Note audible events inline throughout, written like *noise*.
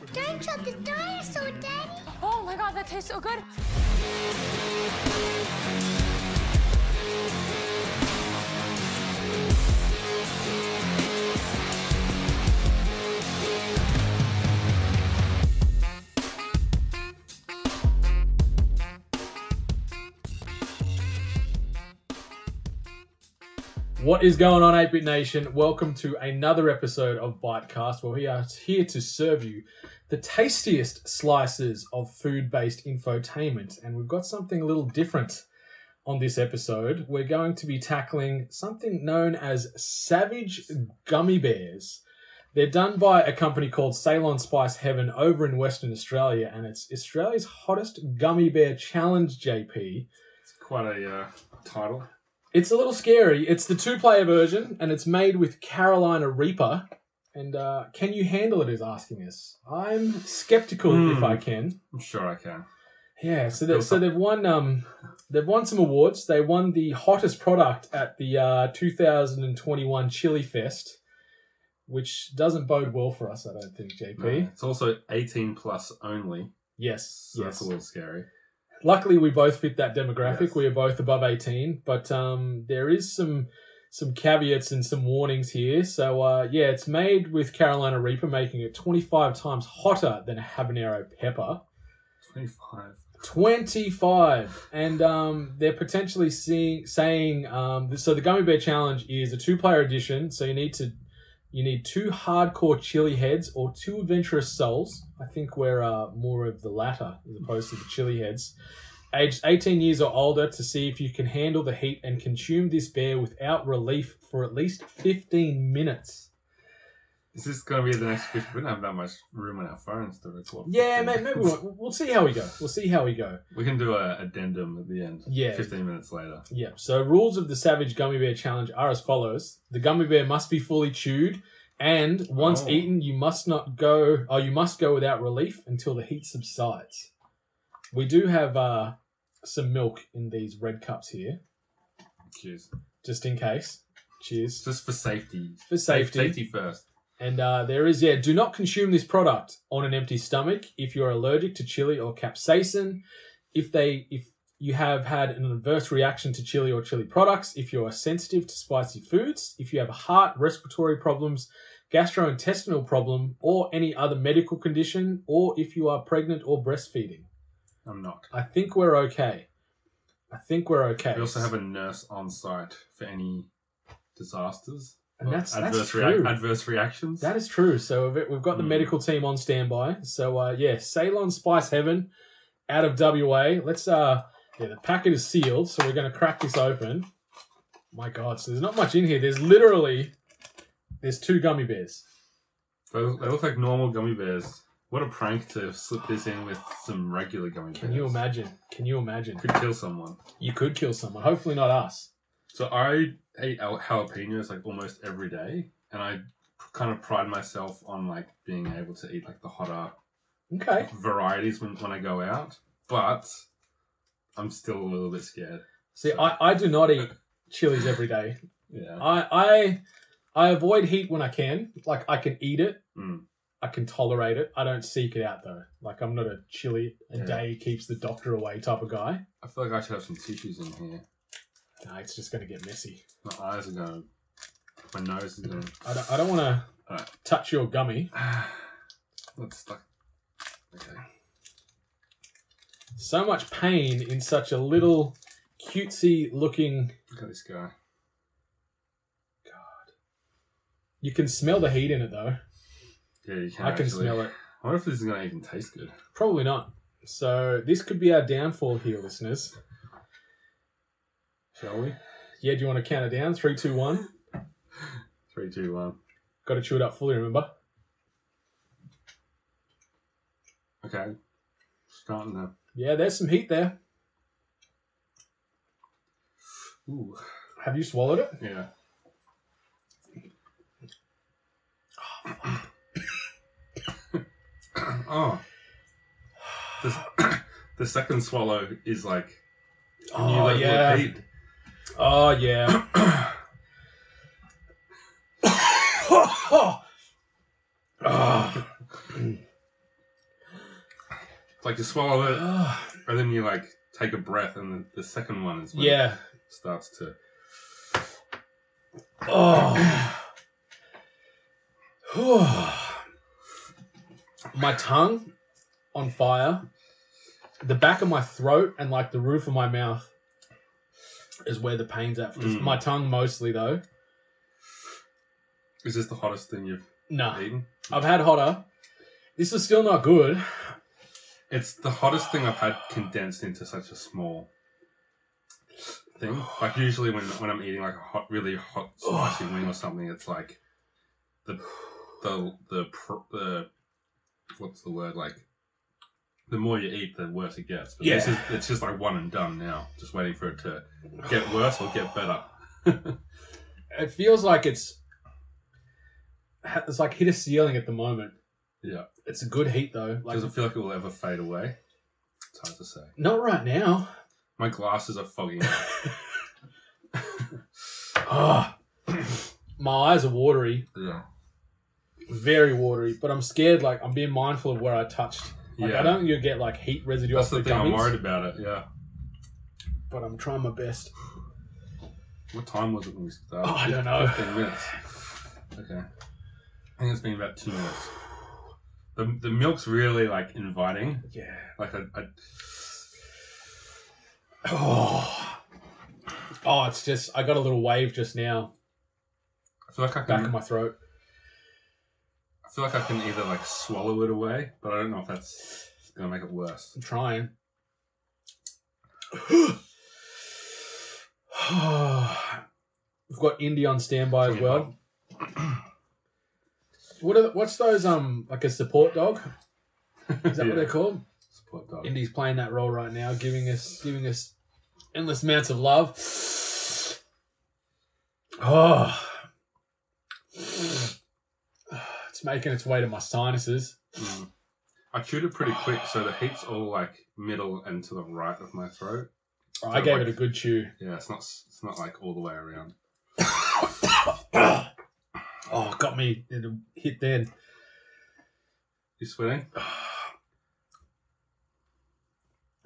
Watch out, the dinosaur, Daddy! Oh my god, that tastes so good. What is going on, 8 Bit Nation? Welcome to another episode of Bitecast, where we are here to serve you the tastiest slices of food based infotainment. And we've got something a little different on this episode. We're going to be tackling something known as Savage Gummy Bears. They're done by a company called Ceylon Spice Heaven over in Western Australia, and it's Australia's hottest gummy bear challenge, JP. Quite a uh, title. It's a little scary. It's the two player version, and it's made with Carolina Reaper. And uh, can you handle it? Is asking us. I'm skeptical Hmm. if I can. I'm sure I can. Yeah. So they, so they've won. Um, they've won some awards. They won the hottest product at the uh, 2021 Chili Fest, which doesn't bode well for us. I don't think, JP. No, It's also 18 plus only, Yes. so yes. that's a little scary. luckily we both fit that demographic Yes. we are both above 18 but um, there is some some caveats and some warnings here so uh, yeah it's made with carolina reaper making it 25 times hotter than habanero pepper 25. 25 and um, they're potentially seeing, saying um, so the gummy bear challenge is a two-player edition so you need to you need two hardcore chili heads or two adventurous souls i think we're uh, more of the latter as opposed to the chili heads aged 18 years or older to see if you can handle the heat and consume this bear without relief for at least 15 minutes Is this going to be the next 50? We don't have that much room on our phones to record. yeah 15 ma- *laughs* maybe minutes. we'll, we'll see how we go we'll see how we go We can do a addendum at the end. Yeah. 15 minutes later. Yeah. So rules of the Savage Gummy Bear Challenge are as follows: the gummy bear must be fully chewed, and once Oh. eaten, you must not go. Or you must go without relief until the heat subsides. We do have uh, some milk in these red cups here, Cheers. just in case. It's Cheers just for safety. for safety. Safety first. And uh, there is, yeah, do not consume this product on an empty stomach if you're allergic to chili or capsaicin. If they, if you have had an adverse reaction to chili or chili products, if you are sensitive to spicy foods, if you have heart, respiratory problems, gastrointestinal problem, or any other medical condition, or if you are pregnant or breastfeeding. I'm not. I think we're okay. I think we're okay. We also have a nurse on site for any disasters. And or that's- that's reac- true. adverse reactions. That is true. So we've we've got the Hmm. medical team on standby. So uh, yeah, Ceylon Spice Heaven out of WA. Let's uh yeah, the packet is sealed, so we're gonna crack this open. My God, so there's not much in here. There's literally there's two gummy bears. They look, they look like normal gummy bears. What a prank to slip this in with some regular gummy bears. Can you imagine? Can you imagine? Could kill someone. You could kill someone. Hopefully not us. So I ate al- jalapenos like almost every day, and I kind of pride myself on like being able to eat like the hotter Okay. varieties when, when I go out. But I'm still a little bit scared. See, I, I do not eat chilies every day. Yeah. I I I avoid heat when I can. Like I can eat it. Mm. I can tolerate it. I don't seek it out though. Like I'm not a chili a Yeah. day keeps the doctor away type of guy. I feel like I should have some tissues in here. Nah, it's just gonna get messy. My eyes are going. My nose is going. *sighs* I don't, I don't want to Alright. touch your gummy. That's stuck. Okay. So much pain in such a little cutesy looking. Look at this guy. You can smell the heat in it though. Yeah, you can. I can actually. smell it. I wonder if this is gonna even taste good. Probably not. So this could be our downfall here, listeners. Shall we? Yeah, do you want to count it down? Three, two, one. Three, two, one. Got to chew it up fully. Remember. Okay. Starting now. Yeah, there's some heat there. Ooh. Have you swallowed it? Yeah. *coughs* oh. The, *coughs* the second swallow is like a new Oh level yeah. *coughs* of heat. Oh *coughs* yeah. Oh! Oh. Ah. Like you swallow it, Ah, and then you like take a breath, and the, the second one is when it *coughs* yeah. starts to. Oh. *sighs* my tongue on fire, the back of my throat, and like the roof of my mouth is where the pain's at. Just Mm. My tongue mostly though. Is this the hottest thing you've Nah, eaten? I've had hotter. This is still not good. It's the hottest thing I've had condensed into such a small thing. Like usually when, when I'm eating like a hot, really hot spicy wing or something, it's like the the the pr- the what's the word like. The more you eat, the worse it gets. But this Yeah. is, it's just like one and done now. Just waiting for it to get worse or get better. *laughs* It feels like it's it's like hit a ceiling at the moment. Yeah. It's a good heat though. Like Does it feel like it will ever fade away? It's hard to say. not right now. My glasses *laughs* are fogging up. Ah, *clears throat* my eyes are watery. yeah. very watery, but I'm scared. Like I'm being mindful of where I touched. Like yeah. I don't think you'll get like heat residue That's off the the thing. I'm gummies, worried about it. Yeah. but I'm trying my best. What time was it when we started? Oh, I don't know. 15 minutes. Okay. I think it's been about two minutes. The, the milk's really like inviting. Yeah. Like I, I Oh. Oh, it's just I got a little wave just now I feel like I back can of my throat. I feel like I can either like swallow it away, but I don't know if that's gonna make it worse. I'm trying. *sighs* We've got Indy on standby as Bring it well. What are the, what's those um like a support dog? Is that Yeah. what they're called? Support dog. Indy's playing that role right now, giving us giving us endless amounts of love. *sighs* Oh, it's making its way to my sinuses. Mm. I chewed it pretty quick, so the heat's all like middle and to the right of my throat. Oh, I gave it a good chew. Yeah, it's not s- it's not like all the way around. oh, got me in a hit then. You sweating?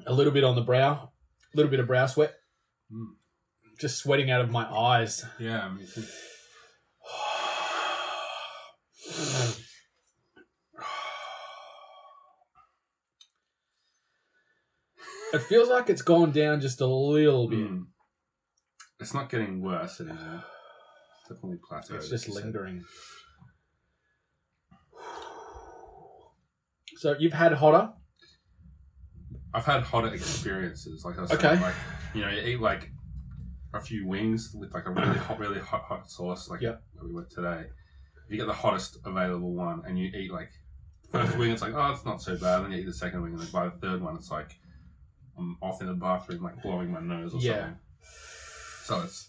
A little bit on the brow, a little bit of brow sweat, Mm. just sweating out of my eyes. Yeah, me too. It feels like it's gone down just a little bit. Mm. It's not getting worse anymore. It's definitely plateaued. It's just as you said. lingering. So you've had hotter. I've had hotter experiences. Like I said, Okay. like you know, you eat like a few wings with like a really hot, really hot, hot sauce, like Yep. where we were today. You get the hottest available one, and you eat like *laughs* first wing. It's like oh, it's not so bad. Then you eat the second wing, and then by the third one, it's like I'm off in the bathroom, like blowing my nose or Yeah. something. So it's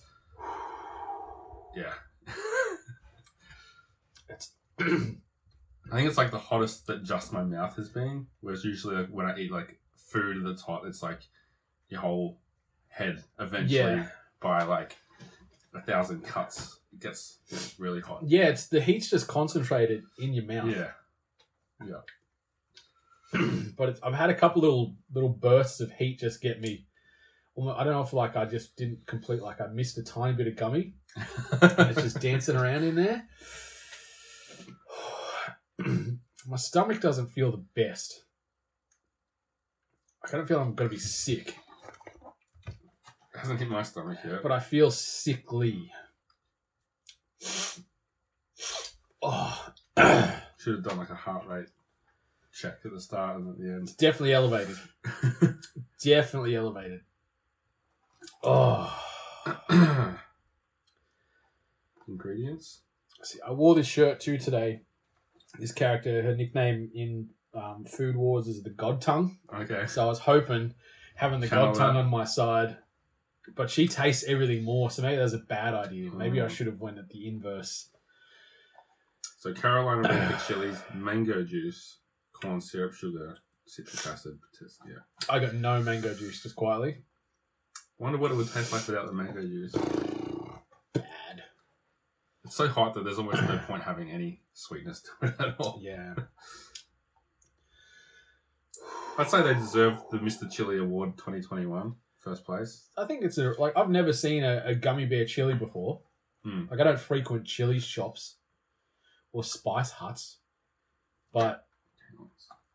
*laughs* yeah. *clears throat* I think it's like the hottest that just my mouth has been. Whereas usually like, when I eat like food that's hot, it's like your whole head eventually Yeah. by like a thousand cuts it gets gets really hot. Yeah, it's the heat's just concentrated in your mouth. Yeah. But it's, I've had a couple little little bursts of heat just get me. almo- I don't know if like I just didn't complete like I missed a tiny bit of gummy. And it's just dancing around in there. *sighs* My stomach doesn't feel the best. I kind of feel I'm gonna be sick, It hasn't hit my stomach yet. but I feel sickly. Oh, *clears throat* it's Should have done like a heart rate check at the start and at the end. definitely elevated. definitely elevated. Oh, *coughs* Ingredients. see, I wore this shirt too today. This character, her nickname in um, Food Wars is the God Tongue. Okay. So I was hoping having the Channel god tongue that. on my side, but she tastes everything more. So maybe that was a bad idea. Maybe I Mm. should have went at the inverse. *sighs* So Carolina Reaper chilies, mango juice, corn syrup, sugar, citric acid. tis- Yeah. I got no mango juice, just quietly. Wonder what it would taste like without the mango juice. Bad. It's so hot that there's *clears throat* almost no point having any sweetness to it at all. Yeah. I'd say they deserve the Mr. Chili Award 2021 first place. I think it's a like I've never seen a, a gummy bear chili before. Hmm. Like I don't frequent chili shops or spice huts, but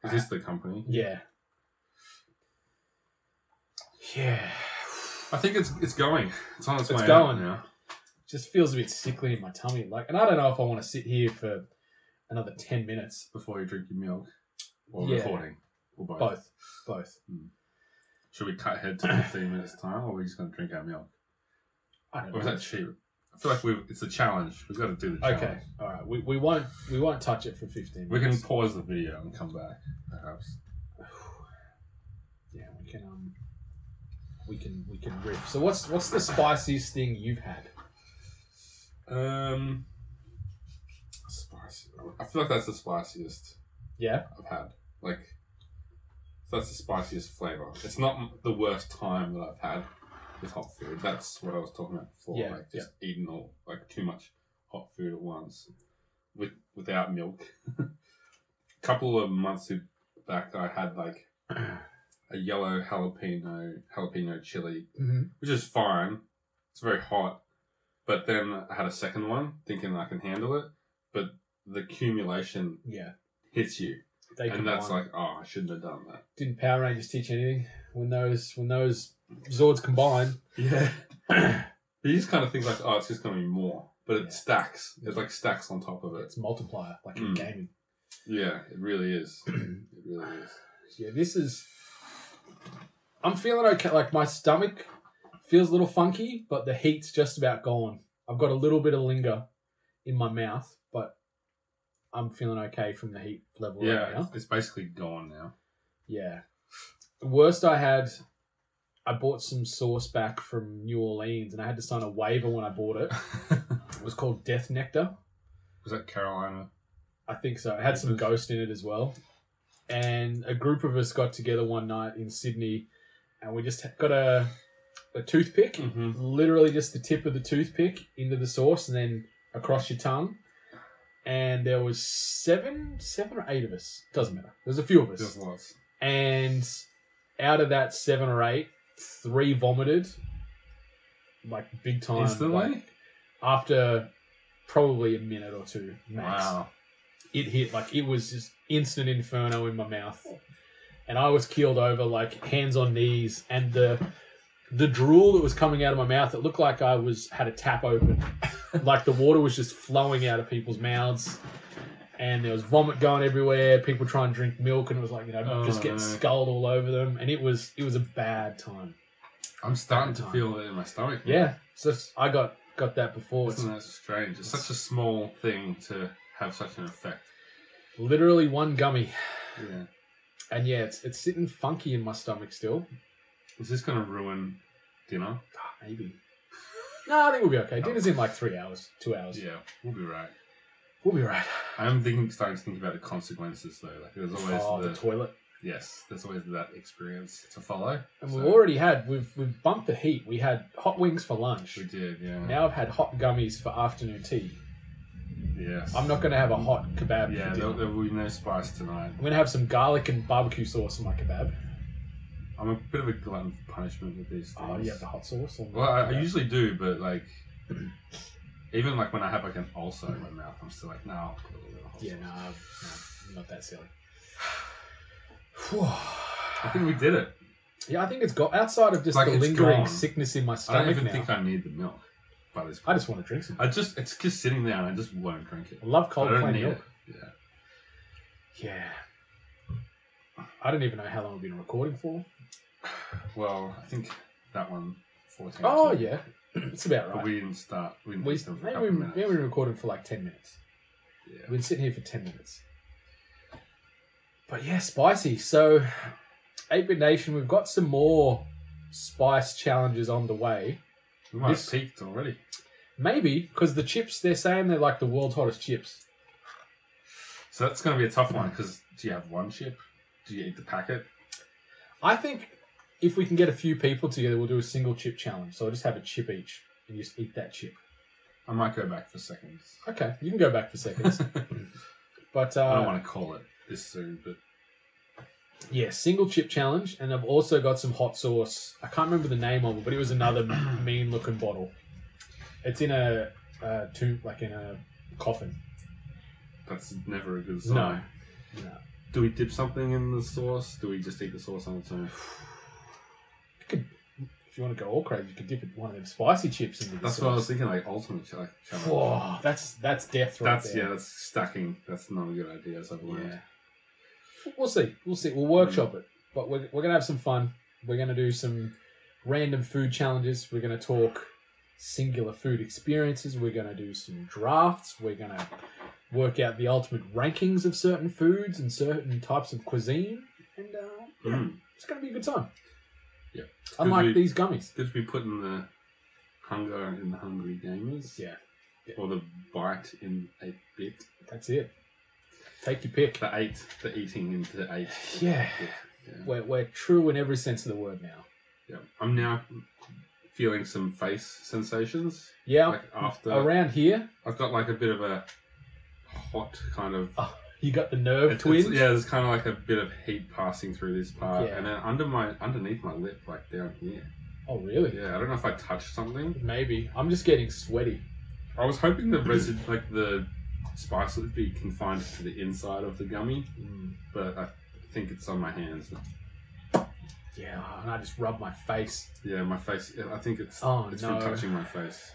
Is this the company? yeah, yeah, I think it's it's going. It's on its, It's way going. out now. just feels a bit sickly in my tummy. Like, and I don't know if I want to sit here for another ten minutes. Before you drink your milk or Yeah. recording or both. Both, both. Should we cut head to *clears throat* 15 minutes time or are we just going to drink our milk? I don't Or is know. that cheap? I feel like we've, it's a challenge. We've got to do the challenge. Okay, all right. We, we won't we won't touch it for fifteen. We can minutes. pause the video and come back, perhaps. Yeah, we can. Um, we can we can riff. So what's what's the spiciest thing you've had? Um, spicy. I feel like that's the spiciest Yeah. I've had. Like, that's the spiciest flavor. It's not the worst time that I've had with hot food. That's what I was talking about before. Yeah, like just eating all like too much hot food at once, with without milk. *laughs* a couple of months back, I had like a yellow jalapeno jalapeno chili Mm-hmm. which is fine. It's very hot. But then I had a second one, thinking I can handle it. But the accumulation Yeah. hits you, They and that's combine. like, oh, I shouldn't have done that. didn't Power Rangers teach anything when those when those Zords combine? Yeah. *clears throat* you just kind of think like, oh, it's just going to be more, but it Yeah. stacks. It like stacks on top of it. It's multiplier, like in Mm. gaming. Yeah, it really *clears throat* is. it really is. Yeah, this is. I'm feeling okay. Like my stomach feels a little funky, but the heat's just about gone. I've got a little bit of linger in my mouth, but I'm feeling okay from the heat level Yeah, right now. it's, it's basically gone now. *laughs* Yeah. The worst I had, I bought some sauce back from New Orleans, and I had to sign a waiver when I bought it. It was called Death Nectar. Was that Carolina? I think so. It had some ghost in it as well. And a group of us got together one night in Sydney, and we just got a a toothpick, Mm-hmm. literally just the tip of the toothpick into the sauce, and then across your tongue. And there was seven, seven or eight of us. Doesn't matter. There's a few of Just us, lots. and out of that seven or eight, three vomited, like big time, like, Instantly? after probably a minute or two max Wow. it hit like it was just instant inferno in my mouth and i was keeled over like hands on knees and the the drool that was coming out of my mouth it looked like i was had a tap *laughs* open like the water was just flowing out of people's mouths and there was vomit going everywhere people trying to drink milk and it was like you know Oh, just no. getting sculled all over them and it was it was a bad time I'm starting to Time. feel it in my stomach. now. yeah so it's- i got got that before it's Isn't that strange? It's such a small thing to have such an effect. literally one gummy Yeah. and yeah it's it's sitting funky in my stomach still Is this going to ruin dinner? Ah, *sighs* Maybe. No, I think we'll be okay. Dinner's in like three hours, two hours. Yeah, we'll be right. We'll be right. I'm thinking, starting to think about the consequences though. Like there's always Oh, the, the toilet. yes, there's always that experience to follow. And So, we've already had we've we've bumped the heat. We had hot wings for lunch. we did, yeah. Now I've had hot gummies for afternoon tea. yes. I'm not gonna have a hot kebab. Yeah, for there, dinner. there will be no spice tonight. I'm gonna have some garlic and barbecue sauce in my kebab. I'm a bit of a glutton for punishment with these things. Oh, you have the hot sauce. on- Well, I, I usually do, but like, *clears throat* even like when I have like an ulcer in my mouth, I'm still like, no. I'll put a little bit of hot Yeah, sauce. no, I'm, no, I'm not that silly. *sighs* I think we did it. yeah, I think it's got outside of just Like, the it's lingering gone. sickness in my I don't stomach even now. think I need the milk by this I point. just want to drink some. I just, it's just sitting there and I just won't drink it. I love I cold don't plain need milk. it. Yeah. Yeah. I don't even know how long we've been recording for. Well, I think that one, 14. Oh, took- yeah. *clears throat* It's about But right. we We, didn't start. We didn't maybe, eat them for a we, couple maybe we minutes. recorded for like 10 minutes. Yeah. We've been sitting here for 10 minutes. But yeah, spicy. So, 8 Bit Nation, we've got some more spice challenges on the way. We might This- have peaked already. Maybe because the chips, they're saying they're like the world's hottest chips. So that's going to be a tough one because do you have one chip? Do you eat the packet? I think if we can get a few people together, we'll do a single chip challenge. So, I'll just have a chip each and just eat that chip. I might go back for seconds. Okay, you *laughs* can go back for seconds. I But uh, don't want to call it this soon, but Yeah, single chip challenge, and I've also got some hot sauce. I can't remember the name of it, but it was *clears throat* another mean looking bottle. It's in a uh, tomb, like in a coffin. That's never a good No. sign. No. Do we dip something in the sauce? Do we just eat the sauce on its own? If you want to go all crazy, you could dip it one of them spicy chips into. the That's what I was sauce. thinking, like ultimate ch- like, challenge. Whoa, that's that's death right that's there. yeah, that's stacking. That's not a good idea. As I've learned. We'll see. We'll see. We'll workshop it. But we're, we're going to have some fun. We're going to do some random food challenges. We're going to talk singular food experiences. We're going to do some drafts. We're going to work out the ultimate rankings of certain foods and certain types of cuisine. And uh, yeah, Mm. it's going to be a good time. Yeah. Unlike Could we- these gummies. Good to be putting the hunger in the hungry gamers. Yeah. Or the bite in a bit. That's it. Take your pick. The eight. The eating into the eight. Yeah. Yeah. yeah. We're, we're true in every sense of the word now. yeah. I'm now feeling some face sensations. Yeah. Like after Around here, I've got like a bit of a hot kind of You got the nerve It's- twins. it's- yeah, there's kind of like a bit of heat passing through this part, Yeah. and then under my underneath my lip, like down here. Oh, really? Yeah, I don't know if I touched something. Maybe. I'm just getting sweaty. I was hoping the resid *laughs* like the spice would be confined to the inside of the gummy, Mm, but I think it's on my hands. Yeah, and I just rub my face. Yeah, my face. I think it's Oh, it's no. from touching my face.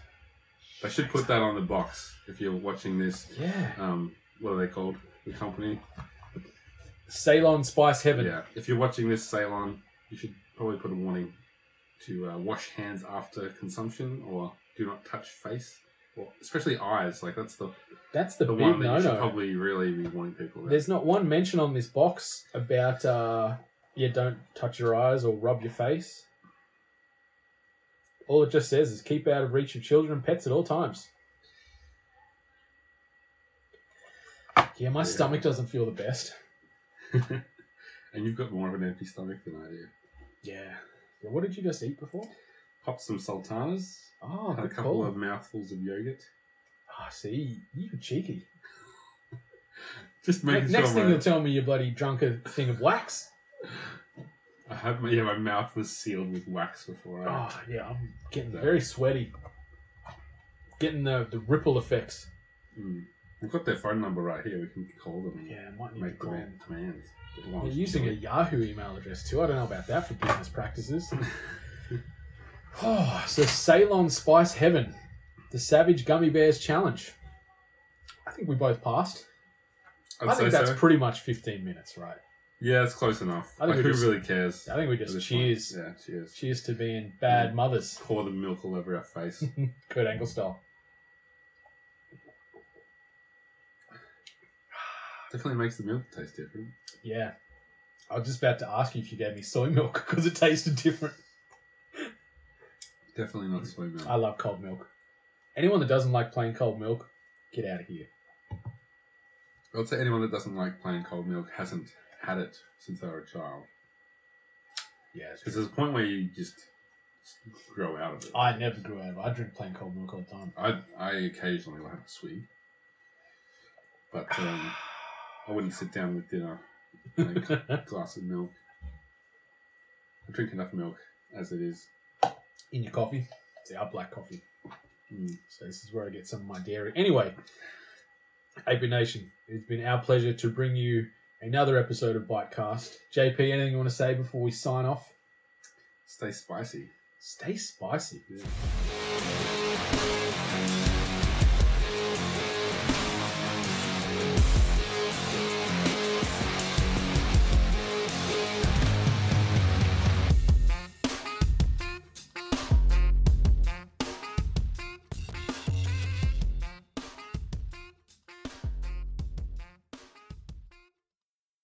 They should put that on the box if you're watching this. Yeah. Um, what are they called? The company. Ceylon Spice Heaven. Yeah, if you're watching this Ceylon, you should probably put a warning to uh, wash hands after consumption or do not touch face, or especially eyes. Like that's the That's the, the, big one that no you should no. probably really be warning people. About. There's not one mention on this box about, uh, yeah, don't touch your eyes or rub your face. All it just says is keep out of reach of children and pets at all times. Yeah, my Yeah. stomach doesn't feel the best. *laughs* and you've got more of an empty stomach than I do. Yeah. yeah what did you just eat before? Popped some sultanas, Oh, had a good couple call. of mouthfuls of yogurt. Ah, see, you cheeky. Just making Next sure thing my- they'll tell me you bloody drunk a thing of wax. I had my yeah my mouth was sealed with wax before I. Oh yeah, I'm getting very sweaty. Getting the, the ripple effects. Mm. We've got their phone number right here. We can call them. and Yeah, I might need to Make call. command, commands. They're using a Yahoo email address too. I don't know about that for business practices. *laughs* oh, so Ceylon Spice Heaven, the Savage Gummy Bears Challenge. I think we both passed. i think that's pretty much 15 minutes, right? Yeah, it's close enough. I think like, we who just- really cares? I think we at just this point? cheers. Yeah, Mm. cheers. Cheers to being bad Yeah. mothers. Pour the milk all over our face. *laughs* Kurt Angle style. Definitely makes the milk taste different. Yeah. I was just about to ask you if you gave me soy milk *laughs* because it tasted different. Definitely not soy milk. I love cold milk. Anyone that doesn't like plain cold milk, get out of here. Uh, I would say anyone that doesn't like plain cold milk hasn't had it since they were a child. Yeah. it's Because there's a point where you just grow out of it. true. I never grew out of it. I drink plain cold milk all the time. I, I occasionally will have a swig, but um, I wouldn't sit down with dinner and a glass of milk. I drink enough milk as it is. In your coffee? See, I black coffee. Mm. So this is where I get some of my dairy. Anyway, AP Nation, it's been our pleasure to bring you another episode of Bitecast. JP, anything you want to say before we sign off? Stay spicy. Stay spicy. Yeah.